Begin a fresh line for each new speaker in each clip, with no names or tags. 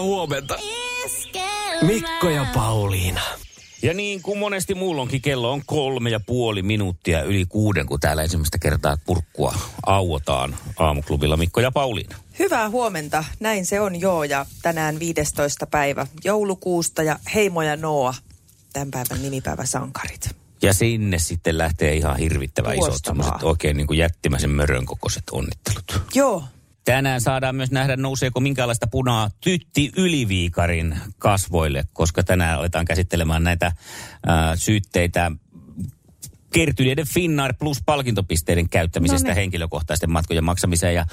huomenta. Mikko ja Pauliina.
Ja niin kuin monesti muullonkin kello on kolme ja puoli minuuttia yli kuuden, kun täällä ensimmäistä kertaa kurkkua auotaan aamuklubilla Mikko ja Pauliina.
Hyvää huomenta, näin se on joo ja tänään 15. päivä joulukuusta ja Heimo ja Noa, tämän päivän nimipäivä sankarit.
Ja sinne sitten lähtee ihan hirvittävä isot
Loistavaa.
semmoiset oikein niin kuin jättimäisen mörön kokoiset onnittelut.
Joo,
Tänään saadaan myös nähdä, nouseeko minkäänlaista punaa tytti yliviikarin kasvoille, koska tänään aletaan käsittelemään näitä äh, syytteitä kertyneiden Finnair plus palkintopisteiden käyttämisestä
Noniin.
henkilökohtaisten matkojen maksamiseen. Ja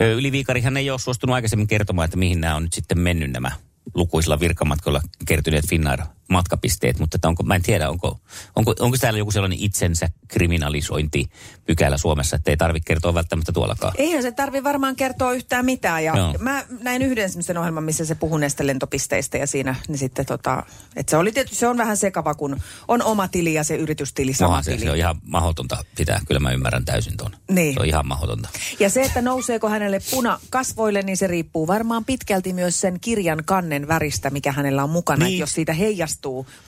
ö, yliviikarihan ei ole suostunut aikaisemmin kertomaan, että mihin nämä on nyt sitten mennyt nämä lukuisilla virkamatkoilla kertyneet Finnair matkapisteet, mutta että onko, mä en tiedä, onko, onko, onko täällä joku sellainen itsensä kriminalisointi pykälä Suomessa, että ei tarvitse kertoa välttämättä tuollakaan.
eihän se tarvi varmaan kertoa yhtään mitään ja
Joo.
joo. mä näin yhden semmoisen ohjelman, missä se puhuu näistä lentopisteistä ja siinä niin sitten tota, että se oli tietysti, se on vähän sekava, kun on oma tili ja se yritystili sama
Onhan se,
tili.
se on ihan mahdotonta pitää, kyllä mä ymmärrän täysin ton.
Niin.
Se on ihan mahdotonta.
Ja se, että nouseeko hänelle puna kasvoille, niin se riippuu varmaan pitkälti myös sen kirjan kannen väristä, mikä hänellä on mukana.
Niin.
Niin. Jos siitä heijastuu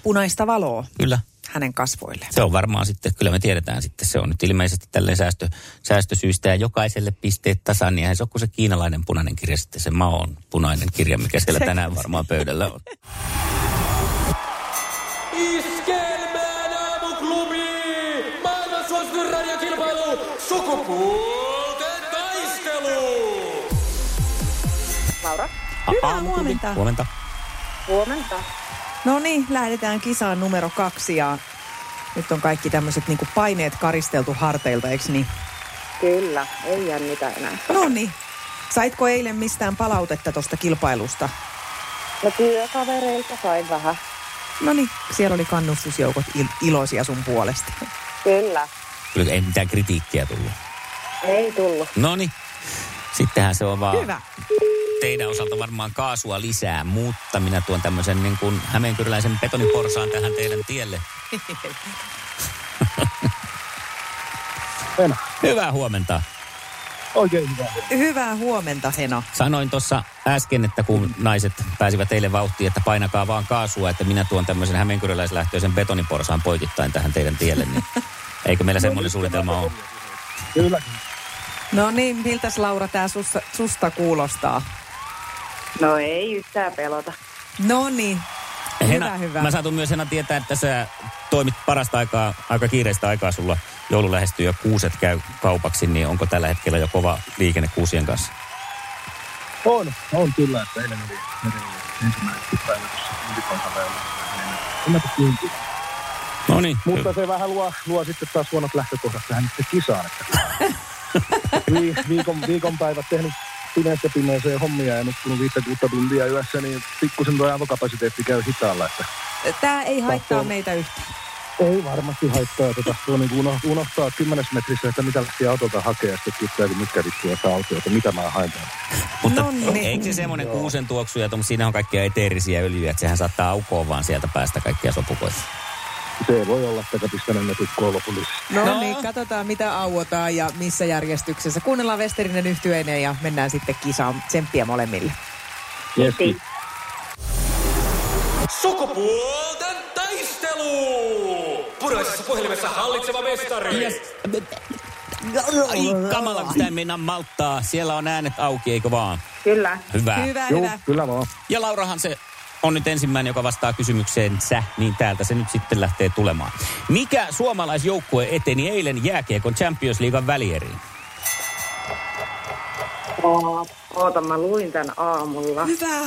punaista valoa
Kyllä.
hänen kasvoille.
Se on varmaan sitten, kyllä me tiedetään sitten, se on nyt ilmeisesti tälleen säästö, säästösyystä ja jokaiselle pisteet tasan, niin eihän se ole kuin se kiinalainen punainen kirja sitten, se maon punainen kirja, mikä siellä tänään varmaan pöydällä on.
Iskelmään aamuklubi! Maailman suosituin radiokilpailu! Sukupuolten taistelu!
Laura,
Hyvää
Aamu-
huomenta.
Huomenta.
huomenta.
No niin, lähdetään kisaan numero kaksi ja nyt on kaikki tämmöiset niinku paineet karisteltu harteilta, eikö niin?
Kyllä, ei jännitä enää.
No niin. Saitko eilen mistään palautetta tuosta kilpailusta?
No työkavereilta sain vähän.
No niin, siellä oli kannustusjoukot il- iloisia sun puolesta.
Kyllä,
Kyllä ei mitään kritiikkiä tullut.
ei tullut.
No niin, sittenhän se on vaan
Hyvä.
teidän osalta varmaan kaasua lisää, mutta minä tuon tämmöisen niin kuin hämeenkyräläisen betoniporsaan tähän teidän tielle.
Venä.
Hyvää huomenta.
Oikein hyvä.
Hyvää huomenta, Heno.
Sanoin tuossa äsken, että kun naiset pääsivät teille vauhtiin, että painakaa vaan kaasua, että minä tuon tämmöisen hämeenkyräläislähtöisen betoniporsaan poikittain tähän teidän tielle, niin eikö meillä semmoinen suunnitelma ole?
Kyllä.
No niin, miltäs Laura tämä susta, susta kuulostaa?
No ei yhtään pelota.
No niin, hyvä, hyvä.
Mä saatun myös Hena tietää, että sä toimit parasta aikaa, aika kiireistä aikaa sulla. Joulu lähestyy ja kuuset käy kaupaksi, niin onko tällä hetkellä jo kova liikenne kuusien kanssa?
On, on kyllä, että eilen oli, eilen oli ensimmäinen päivä tuossa Ylipaikalla ja oli kannata kiintiä.
No niin,
Mutta se vähän luo, luo sitten taas huonot lähtökohdat tähän nyt sitten kisaan. Että vi, viikon, viikon päivät tehnyt pimeästä pimeäseen hommia ja nyt kun viittä kuutta tuntia yössä, niin pikkusen tuo aivokapasiteetti käy hitaalla. Että
Tämä ei haittaa
Pakko-
meitä yhtään.
ei varmasti haittaa tätä. Tuo niin kuin uno- unohtaa kymmenes metrissä, että mitä lähti autolta hakea ja sitten kyttää, että mitkä vittuja saa autoja, että mitä mä haen. täällä.
Mutta
Nonni.
eikö se semmoinen kuusen tuoksu, ja tuom- siinä on kaikkia eteerisiä öljyjä, että sehän saattaa aukoa vaan sieltä päästä kaikkia sopukoita.
Se voi olla, että pistänyt ne tukkoon lopullisesti.
No, no niin, katsotaan mitä auotaan ja missä järjestyksessä. Kuunnellaan Westerinen yhtyeinen ja mennään sitten kisaan tsemppiä molemmille.
Yes,
Sukupuolten taistelu! Punaisessa puhelimessa hallitseva mestari!
Ai kamala, kun sitä ei meinaa malttaa. Siellä on äänet auki, eikö vaan?
Kyllä,
Hyvä.
Hyvä,
Joo,
hyvä.
kyllä vaan.
Ja Laurahan se on nyt ensimmäinen, joka vastaa kysymykseensä, niin täältä se nyt sitten lähtee tulemaan. Mikä suomalaisjoukkue eteni eilen jääkiekon Champions League välieriin?
Oo, oota mä luin tän aamulla.
Hyvä.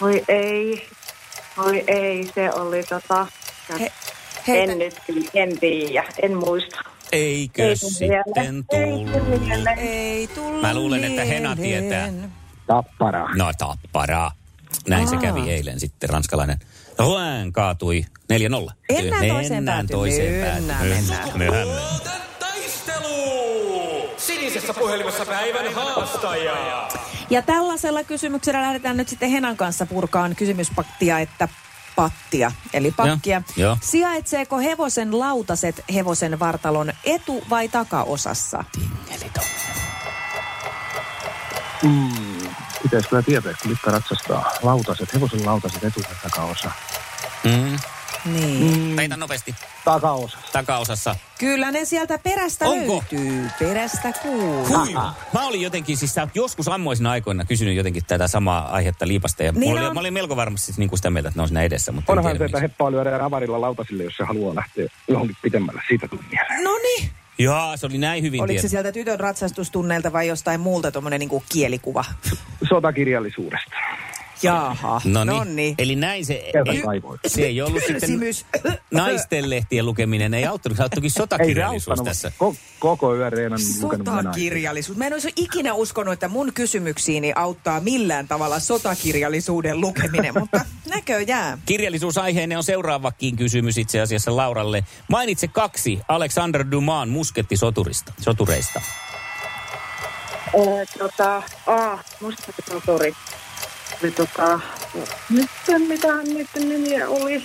Voi ei, voi ei, se oli tota...
He, heitä.
en nyt, en tiedä, en muista.
Eikö
Ei tule
sitten
mieleen. Ei tule
tullut?
mieleen.
Ei tullut
Mä luulen, että Hena
mieleen.
tietää.
Tappara.
No tappara. Näin se
Aa.
kävi eilen sitten ranskalainen. Rouen kaatui 4-0.
Mennään
Eli
toiseen päätyyn.
toiseen päätyyn.
Mennään, mennään.
Myöhemmin.
Sukupuolten taistelu! Sinisessä puhelimessa päivän haastaja!
Ja tällaisella kysymyksellä lähdetään nyt sitten Henan kanssa purkaan kysymyspaktia, että pattia, eli pakkia.
Joo, joo.
Sijaitseeko hevosen lautaset hevosen vartalon etu- vai takaosassa?
Mm. pitäisi kyllä tietää, kun mitkä ratsastaa. Lautaset, hevosen lautaset, etu- ja takaosa.
Mm.
Niin.
Peitä Mm. nopeasti.
Takaosa.
Takaosassa.
Kyllä ne sieltä perästä
Onko?
löytyy. Perästä kuulla.
Kui? Mä olin jotenkin, siis sä oot joskus ammoisina aikoina kysynyt jotenkin tätä samaa aihetta liipasta. Ja
Niin
mulla oli,
on.
mä olin melko varmasti siis niin kuin sitä mieltä, että ne on siinä edessä. Mutta en
Onhan se,
tiedä,
että
miksi.
heppaa lyödään avarilla lautasille, jos se haluaa lähteä johonkin pitemmälle. Siitä tuli mieleen.
No niin.
Jaa, se oli näin hyvin
Oliko se
tiedetty.
sieltä tytön ratsastustunneilta vai jostain muulta tuommoinen niinku kielikuva?
Sotakirjallisuudesta.
Jaaha.
No niin.
Nonni.
Eli näin se...
Kerta
ei-
kaivoin.
Se ei ollut sitten
Kärsimys.
naisten lehtien lukeminen. Ei auttanut, se auttoikin
Ei se
sotakirjallisuus
auttanut,
tässä.
mutta ko- koko yön reenan lukenut minä aina.
Sotakirjallisuus. Mä en olisi ikinä uskonut, että mun kysymyksiini auttaa millään tavalla sotakirjallisuuden lukeminen, mutta näköjään.
Kirjallisuusaiheinen on seuraavakin kysymys itse asiassa Lauralle. Mainitse kaksi Alexander Dumaan muskettisoturista, sotureista.
Öö, tota, a, musta tuturi. Oli tota, nyt mitähän niiden nimiä oli?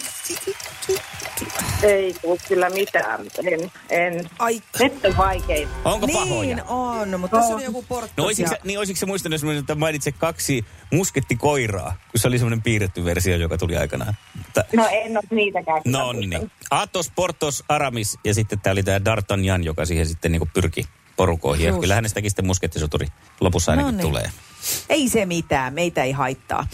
Ei tuu kyllä mitään, en, en.
Ai,
Nyt on vaikein.
Onko
niin
pahoja?
on, mutta tässä on joku portti.
No olisitko, sä- niin olisitko sä muistanut semmoisen, että mainitse kaksi muskettikoiraa, kun se oli semmoinen piirretty versio, joka tuli aikanaan. Mutta-
No en ole niitäkään. kyllä
No niin.
muistanut.
Athos, Portos, Aramis ja sitten tää oli tää D'Artagnan, joka siihen sitten niinku pyrki porukoihin. Ja
Just. No niin.
kyllä hänestäkin sitten muskettisoturi lopussa ainakin
Noniin.
tulee.
Ei se mitään, meitä ei haittaa.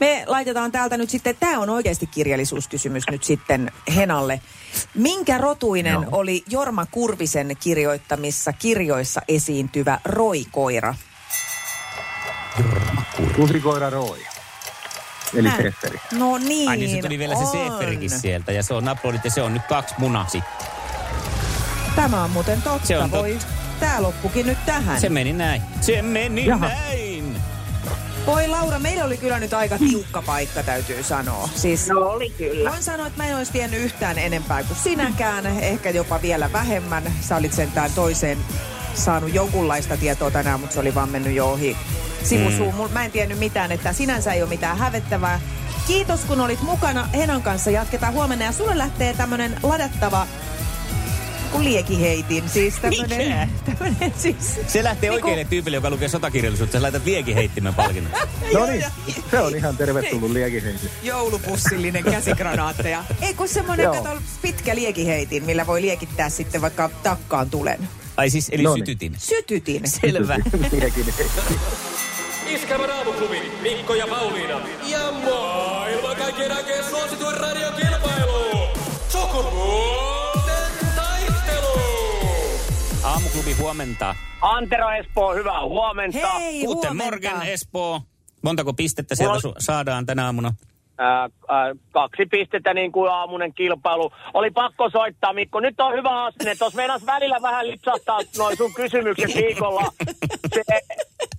Me laitetaan täältä nyt sitten, tämä on oikeasti kirjallisuuskysymys nyt sitten Henalle. Minkä rotuinen no. oli Jorma Kurvisen kirjoittamissa kirjoissa esiintyvä roikoira?
Kusikoira Roy. Eli
Näin.
Petteri.
No niin,
Ai niin, se tuli vielä se
on.
Seeferikin sieltä ja se on aplodit ja se on nyt kaksi munaa sitten.
Tämä on muuten totta.
Se on totta.
Voi, tämä loppukin nyt tähän.
Se
Se...
meni näin. Se meni
Jaha.
näin.
Voi Laura, meillä oli kyllä nyt aika tiukka paikka, täytyy sanoa. Siis
No oli kyllä.
Voin sanoa, että mä en olisi tiennyt yhtään enempää kuin sinäkään, ehkä jopa vielä vähemmän. Sä olit sentään toiseen saanut jonkunlaista tietoa tänään, mutta se oli vaan mennyt jo ohi sivusuun. Mm. Mä en tiennyt mitään, että sinänsä ei ole mitään hävettävää. Kiitos kun olit mukana. Henan kanssa jatketaan huomenna ja sulle lähtee tämmönen ladattava kun liekiheitin. Siis
Mikä?
tämmönen, tämmönen siis...
Se lähtee
Niinku-
oikealle tyypille, joka lukee sotakirjallisuutta. Sä laitat liekin heittimen palkinnon.
No niin, se on ihan tervetullut liekiheisi.
joulupussillinen käsikranaatteja. Ei kun semmoinen,
Joo.
kato, pitkä liekiheitin, millä voi liekittää sitten vaikka takkaan tulen.
Ai siis, eli
Noniin.
sytytin.
No niin. Sytytin.
Selvä.
Liekin
Iskävän aamuklubi, Mikko ja Pauliina. Ja maailman kaikkien aikeen suosituen radiokilpailu. Sukupuolten taistelu.
Aamuklubi huomenta.
Antero Espoo, hyvää huomenta.
Hei,
Guten
huomenta.
morgen Espoo. Montako pistettä sieltä
Huom-
su- saadaan tänä aamuna?
Ää, ää, kaksi pistettä niin kuin aamunen kilpailu. Oli pakko soittaa, Mikko. Nyt on hyvä asenne. Tuossa meinas välillä vähän lipsahtaa noin sun kysymykset viikolla. Se,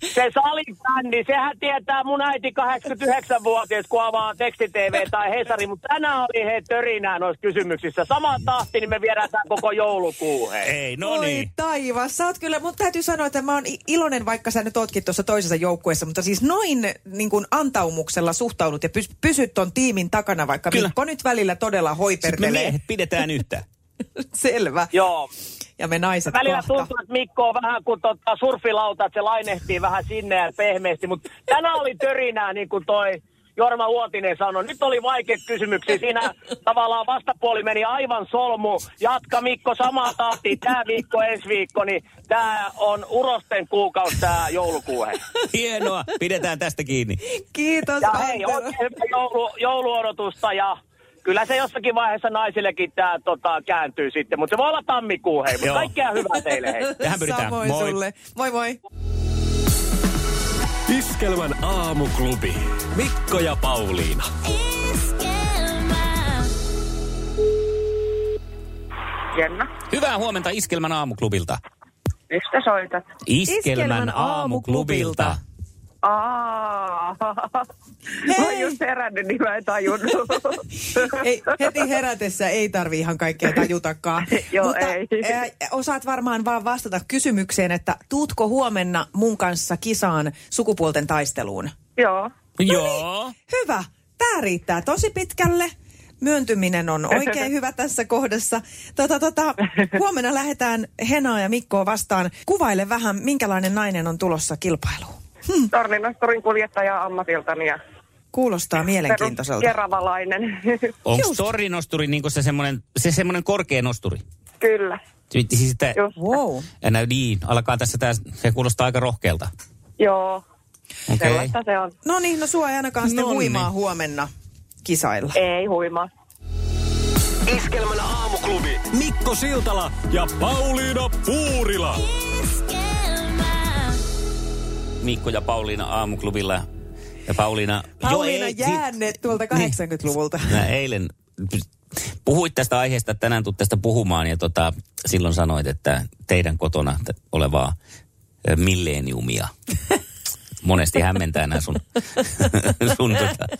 se salibändi, sehän tietää mun äiti 89-vuotias, kun avaa tekstitv tai Hesari. Mutta tänään oli he törinää noissa kysymyksissä. Sama tahti, niin me viedään tää koko joulukuu. hei.
Ei, no
Oi
niin.
taivas, sä oot kyllä, mutta täytyy sanoa, että mä oon i- iloinen, vaikka sä nyt ootkin tuossa toisessa joukkueessa, mutta siis noin niin kuin antaumuksella suhtaudut ja pys- pysyt ton tiimin takana, vaikka
Kyllä.
kyllä. Mikko nyt välillä todella
Sitten me
hoipertelee.
miehet pidetään yhtä.
Selvä.
Joo,
Ja me naiset
Välillä
kohta.
tuntuu, että Mikko on vähän kuin tota surfilauta, että se lainehtii vähän sinne ja pehmeästi, mutta tänään oli törinää, niin kuin toi Jorma Uotinen sanoi. Nyt oli vaikeita kysymyksiä. Siinä tavallaan vastapuoli meni aivan solmu. Jatka Mikko samaa tahtiin. Tämä viikko, ensi viikko, niin tämä on urosten kuukausi tämä joulukuu. hei.
Hienoa. Pidetään tästä kiinni.
Kiitos
Ja hei,
Antero.
oikein hyvää joulu, jouluodotusta ja kyllä se jossakin vaiheessa naisillekin tämä tota, kääntyy sitten, mutta se voi olla tammikuu, hei. Mutta
Joo.
kaikkea hyvää teille, hei.
Tähän pyritään.
Samoin
Moi.
sulle. Moi moi.
Iskelmän aamuklubi. Mikko ja Pauliina.
Iskelmää.
Jenna,
Hyvää huomenta Iskelmän aamuklubilta.
mistä soitat?
Iskelmän,
Iskelmän
aamuklubilta.
aamuklubilta.
Aa, mä oon
Hei.
just herännyt, niin mä en tajunnut.
Ei, heti herätessä ei tarvi ihan kaikkea tajutakaan.
Joo,
Mutta,
ei.
Ää, osaat varmaan vaan vastata kysymykseen, että tuutko huomenna mun kanssa kisaan sukupuolten taisteluun?
Joo.
No
Joo.
Hyvä. Tämä riittää tosi pitkälle. Myöntyminen on oikein hyvä tässä kohdassa. Tota, tota, huomenna lähdetään Henaa ja Mikkoa vastaan. Kuvaile vähän, minkälainen nainen on tulossa kilpailuun.
torninosturin kuljettaja ammatiltani ja
Kuulostaa
perus-
mielenkiintoiselta.
keravalainen.
Onko torrinosturi niin kuin se semmoinen, se semmoinen korkea nosturi?
Kyllä,
Si- Siis sitä,
just.
Wow.
Enää niin, alkaa tässä tää, se kuulostaa aika rohkealta.
Joo,
Okei.
sellaista se on.
No niin, no sua ei ainakaan sitten
Nonni.
huimaa huomenna kisailla.
Ei huima.
Iskelmän aamuklubi. Mikko Siltala ja Pauliina Puurila.
Iskelmää.
Mikko ja Pauliina aamuklubilla. Ja Pauliina...
Pauliina
Joo, ei, niin.
Jäänne tuolta 80-luvulta.
si- mä eilen puhuit tästä aiheesta, että tänään tulet tästä puhumaan ja tota, silloin sanoit, että teidän kotona t- olevaa ö, milleniumia. Monesti hämmentää nämä sun, sun tota,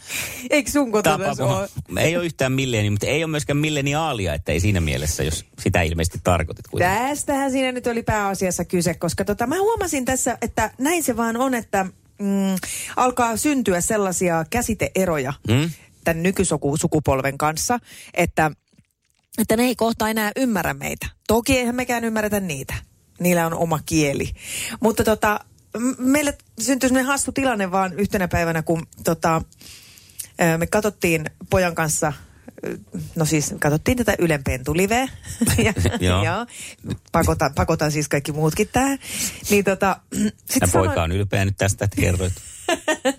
Eikö sun kotona se
tapa.
ole?
Ei ole yhtään milleniumia, mutta ei ole myöskään milleniaalia, että ei siinä mielessä, jos sitä ilmeisesti tarkoitit. kuitenkin.
Tästähän siinä nyt oli pääasiassa kyse, koska tota, mä huomasin tässä, että näin se vaan on, että mm, alkaa syntyä sellaisia käsiteeroja
Hmm?
mm? tämän nykysukupolven kanssa, että, että ne ei kohta enää ymmärrä meitä. Toki eihän mekään ymmärretä niitä. Niillä on oma kieli. Mutta tota, m- meillä syntyi sellainen hassu tilanne vaan yhtenä päivänä, kun tota, Öö, me katsottiin pojan kanssa, ö, no siis katsottiin tätä Ylen pentuliveä. ja,
Joo.
joo. Pakotan, pakotan siis kaikki muutkin tähän. Niin tota, sit
Ja
sanoin-
poika on ylpeä nyt tästä, että kerroit.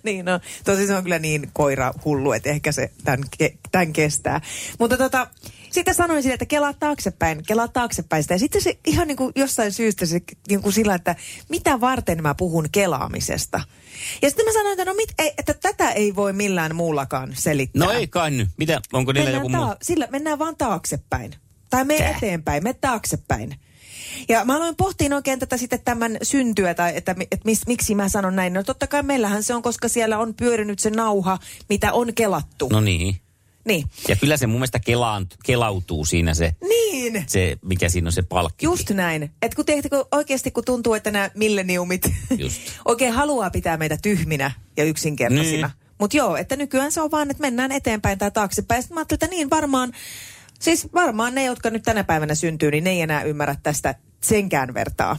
niin no, tosi se on kyllä niin koira hullu, että ehkä se tämän, ke- tämän kestää. Mutta tota, sitten sanoin sille, että kelaa taaksepäin, kelaa taaksepäin sitä. Ja sitten se ihan niin kuin jossain syystä se niin kuin sillä, että mitä varten mä puhun kelaamisesta. Ja sitten mä sanoin, että no mit, ei, että tätä ei voi millään muullakaan selittää.
No ei kai nyt. Mitä, onko niillä
mennään,
joku muu?
taa- sillä, mennään vaan taaksepäin. Tai me eteenpäin, me taaksepäin. Ja mä aloin pohtiin oikein tätä sitten tämän syntyä, tai että, mi- että mis, miksi mä sanon näin. No totta kai meillähän se on, koska siellä on pyörinyt se nauha, mitä on kelattu.
No niin.
Niin.
Ja kyllä se mun mielestä kelaan, kelautuu siinä se,
Niin.
se, mikä siinä on se palkki.
Just näin. Et kun tehty, kun oikeasti kun tuntuu, että nämä milleniumit
Just.
oikein haluaa pitää meitä tyhminä ja yksinkertaisina.
Niin.
Mutta joo, että nykyään se on vaan, että mennään eteenpäin tai taaksepäin. Sitten mä ajattelin, että niin varmaan, siis varmaan ne, jotka nyt tänä päivänä syntyy, niin ne ei enää ymmärrä tästä senkään vertaa.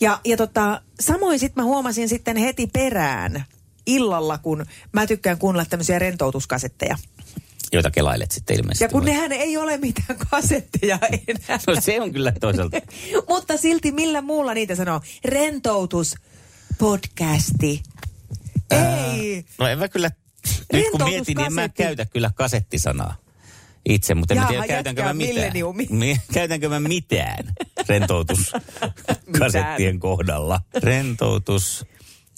Ja, ja tota, samoin sitten mä huomasin sitten heti perään illalla, kun mä tykkään kuunnella tämmöisiä rentoutuskasetteja.
Joita kelailet sitten ilmeisesti.
Ja kun
vai?
nehän ei ole mitään kasetteja enää.
No se on kyllä toisaalta.
Mutta silti millä muulla niitä sanoo? Rentoutus, podcasti. Ei.
No en mä kyllä, nyt kun
Rentoutuskasetti.
mietin, niin en mä käytä kyllä kasettisanaa itse, mutta en mä
Jaa,
tiedä, käytänkö mä
jätkää
mitään.
milleniumi.
Mi- käytänkö mä mitään rentoutus kasettien kohdalla. Rentoutus.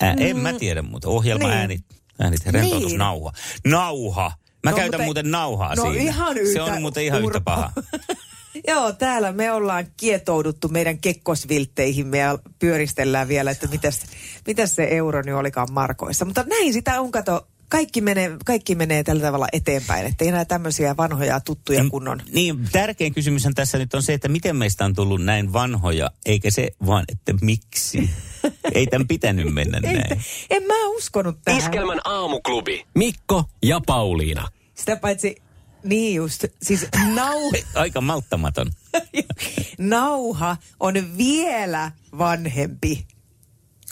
Ää, en mä tiedä muuta. Ohjelma
Mm. Niin.
äänit, äänit rentoutus,
Niin.
nauha. Nauha. Mä
No,
käytän
mutta-
muuten nauhaa
no,
siinä.
ihan yhtä
Se on muuten ihan yhtä
urpo.
paha.
Joo, täällä me ollaan kietouduttu meidän kekkosviltteihimme ja pyöristellään vielä, että mitäs, mitäs se euro nyt olikaan markoissa. Mutta näin sitä on, kato, kaikki menee, kaikki menee tällä tavalla eteenpäin, että ei enää tämmöisiä vanhoja tuttuja kunnon.
Niin, tärkein kysymyshän tässä nyt on se, että miten meistä on tullut näin vanhoja, eikä se vaan, että miksi. Ei tämän pitänyt mennä
Ei,
näin.
en mä uskonut tähän.
Iskelmän aamuklubi. Mikko ja Pauliina.
Sitä paitsi, niin just, siis nau...
Aika malttamaton.
nauha on vielä vanhempi.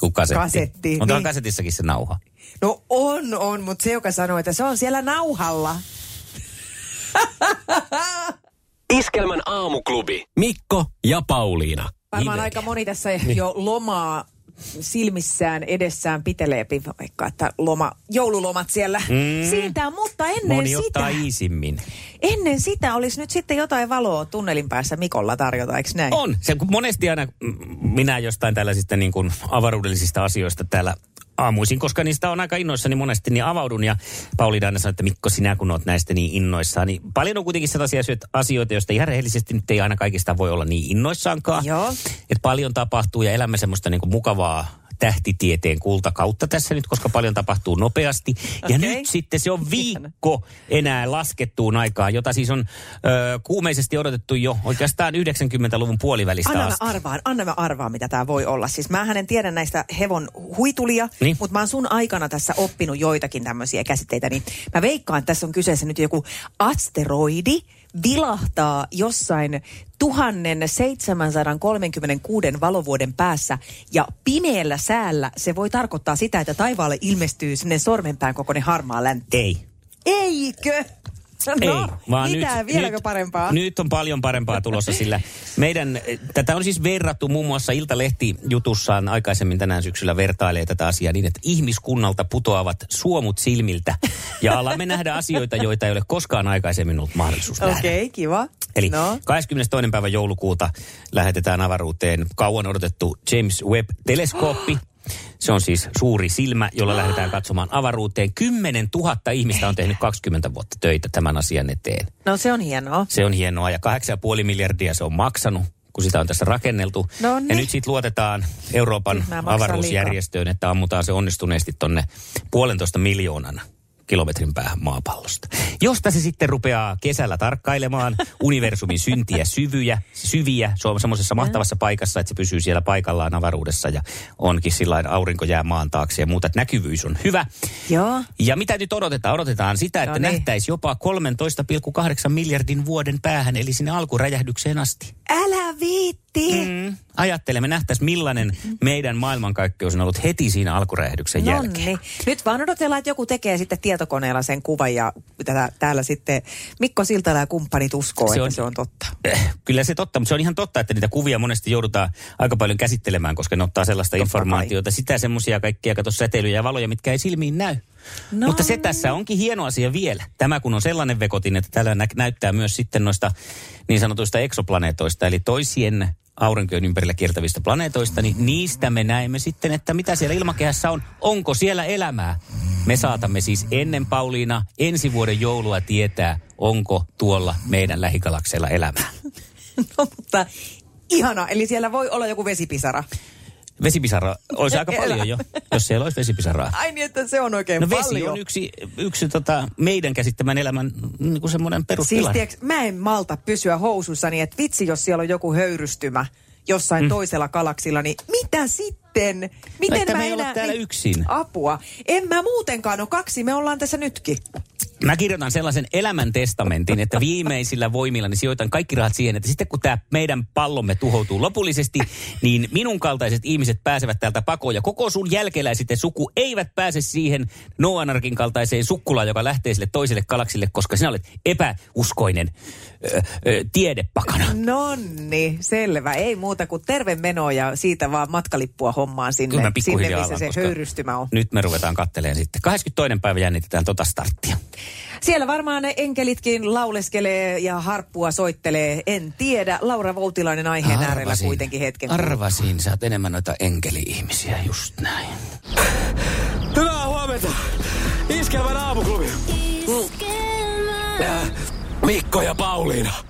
Kuin kasetti.
Kasetti,
On niin.
niin.
kasetissakin se nauha.
No on, on, mutta se, joka sanoo, että se on siellä nauhalla.
Iskelmän aamuklubi. Mikko ja Pauliina.
Varmaan aika moni tässä niin. jo lomaa silmissään edessään piteleepi, vaikka että loma, joululomat siellä mm. siitä, mutta ennen
Moni
sitä,
ottaa iisimmin.
ennen sitä olisi nyt sitten jotain valoa tunnelin päässä Mikolla tarjota, eikö näin?
On. Se, kun monesti aina mm, minä jostain tällaisista niin kuin avaruudellisista asioista täällä aamuisin, koska niistä on aika innoissani monesti, niin avaudun. Ja Pauliina aina sanoi, että Mikko, sinä kun oot näistä niin innoissaan, niin paljon on kuitenkin sellaisia asioita- asioita, joista ihan rehellisesti nyt ei aina kaikista voi olla niin innoissaankaan.
Joo.
Että paljon tapahtuu ja elämme semmoista niin kuin mukavaa tähtitieteen kultakautta tässä nyt, koska paljon tapahtuu nopeasti. Ja
Okei.
nyt sitten se on viikko enää laskettuun aikaan, jota siis on ö, kuumeisesti odotettu jo oikeastaan 90-luvun puolivälistä
Anna mä
asti.
arvaan, anna mä arvaan, mitä tämä voi olla. Siis mä en tiedä näistä hevon huitulia,
Niin.
niin. mutta mä oon sun aikana tässä oppinut joitakin tämmöisiä käsitteitä, niin mä veikkaan, että tässä on kyseessä nyt joku asteroidi vilahtaa jossain 1736 valovuoden päässä ja pimeällä säällä se voi tarkoittaa sitä, että taivaalle ilmestyy sinne sormenpään kokoinen harmaa läntti.
Ei.
Eikö? No,
Ei, vaan
mitä,
nyt,
vieläkö
nyt,
parempaa?
Nyt on paljon parempaa tulossa, sillä meidän, tätä on siis verrattu muun muassa Iltalehti jutussaan aikaisemmin tänään syksyllä vertailee tätä asiaa niin, että ihmiskunnalta putoavat suomut silmiltä ja alamme nähdä asioita, joita ei ole koskaan aikaisemmin ollut mahdollisuus nähdä.
Okei, okay, kiva.
Eli
no.
no. 22. päivä joulukuuta lähetetään avaruuteen kauan odotettu James Webb-teleskooppi. Se on siis suuri silmä, jolla lähdetään katsomaan avaruuteen. 10 000 ihmistä on tehnyt 20 vuotta töitä tämän asian eteen.
no se on hienoa.
Se on hienoa ja 8,5 miljardia se on maksanut, kun sitä on tässä rakenneltu.
No niin.
Ja nyt siitä luotetaan Euroopan
Nyt mä maksan
avaruusjärjestöön, että ammutaan se onnistuneesti tonne puolentoista miljoonan kilometrin päähän maapallosta. Josta se sitten rupeaa kesällä tarkkailemaan universumin syntiä syvyjä, syviä. Se on semmoisessa mahtavassa paikassa, että se pysyy siellä paikallaan avaruudessa ja onkin sillä lailla, aurinko jää maan taakse ja muuta. Että näkyvyys on hyvä.
Joo.
Ja mitä nyt odotetaan? Odotetaan sitä, että
No niin.
nähtäisi jopa 13,8 miljardin vuoden päähän, eli sinne alkuräjähdykseen asti.
Älä viitti. Mm.
Mm. Ajattelemme, nähtäisi millainen meidän maailmankaikkeus on ollut heti siinä alkuräjähdyksen
No
jälkeen.
Nonni. Nyt vaan odotellaan, että joku tekee sitten tietokoneella sen kuvan ja tätä, täällä sitten Mikko Siltala ja kumppanit uskoo,
Se
se että on...
on-
se on totta.
Eh, Kyllä se totta, mutta se on ihan totta, että niitä kuvia monesti joudutaan aika paljon käsittelemään, koska ne ottaa sellaista
Totta
informaatiota, sitä semmoisia kaikkia, kato säteilyjä ja valoja, mitkä ei silmiin näy.
No
No, mutta se tässä onkin hieno asia vielä. Tämä kun on sellainen vekotin, että täällä nä- näyttää myös sitten noista niin sanotuista eksoplaneetoista, eli toisien aurinkojen ympärillä kiertävistä planeetoista, niin niistä me näemme sitten, että mitä siellä ilmakehässä on. Onko siellä elämää? Me saatamme siis ennen Pauliina ensi vuoden joulua tietää, onko tuolla meidän lähigalakseilla elämää.
No, mutta ihana. Eli siellä voi olla joku vesipisara.
Vesipisara olisi aika paljon jo, jos siellä olisi vesipisaraa.
Ai niin, että se on oikein
No vesi
paljon.
on yksi, yksi tota, meidän käsittämän elämän niin kuin semmoinen
Siis
peruspilari.
tiiäks, mä en malta pysyä housussani, että vitsi, jos siellä on joku höyrystymä jossain mm. toisella galaksilla, niin mitä sitten? Miten
että
mä
me ei olla
enää...
täällä
niin,
yksin.
Apua. En mä muutenkaan ole kaksi, me ollaan tässä nytkin.
Mä kirjoitan sellaisen elämän testamentin, että viimeisillä voimillani sijoitan kaikki rahat siihen, että sitten kun tämä meidän pallomme tuhoutuu lopullisesti, niin minun kaltaiset ihmiset pääsevät täältä pakoon ja koko sun jälkeläiset ja suku eivät pääse siihen Noanarkin kaltaiseen sukkulaan, joka lähtee sille toiselle galaksille, koska sinä olet epäuskoinen ö, ö, tiedepakana.
Nonni, selvä. Ei muuta kuin terve meno ja siitä vaan matkalippua
Kyllä
hommaan sinne,
mä
sinne
pikkuhiljaa
missä
alan,
se
koska
höyrystymä on.
Nyt me ruvetaan katteleen sitten. 22. päivä jännitetään tota starttia.
Siellä varmaan ne enkelitkin lauleskelee ja harppua soittelee. En tiedä. Laura Voutilainen aiheen äärellä kuitenkin hetken.
Arvasin, sä oot enemmän noita enkeli-ihmisiä, just näin.
Hyvää huomenta. Iskelmän aamuklubi. Äh,
Iskelmä.
Mikko ja Pauliina.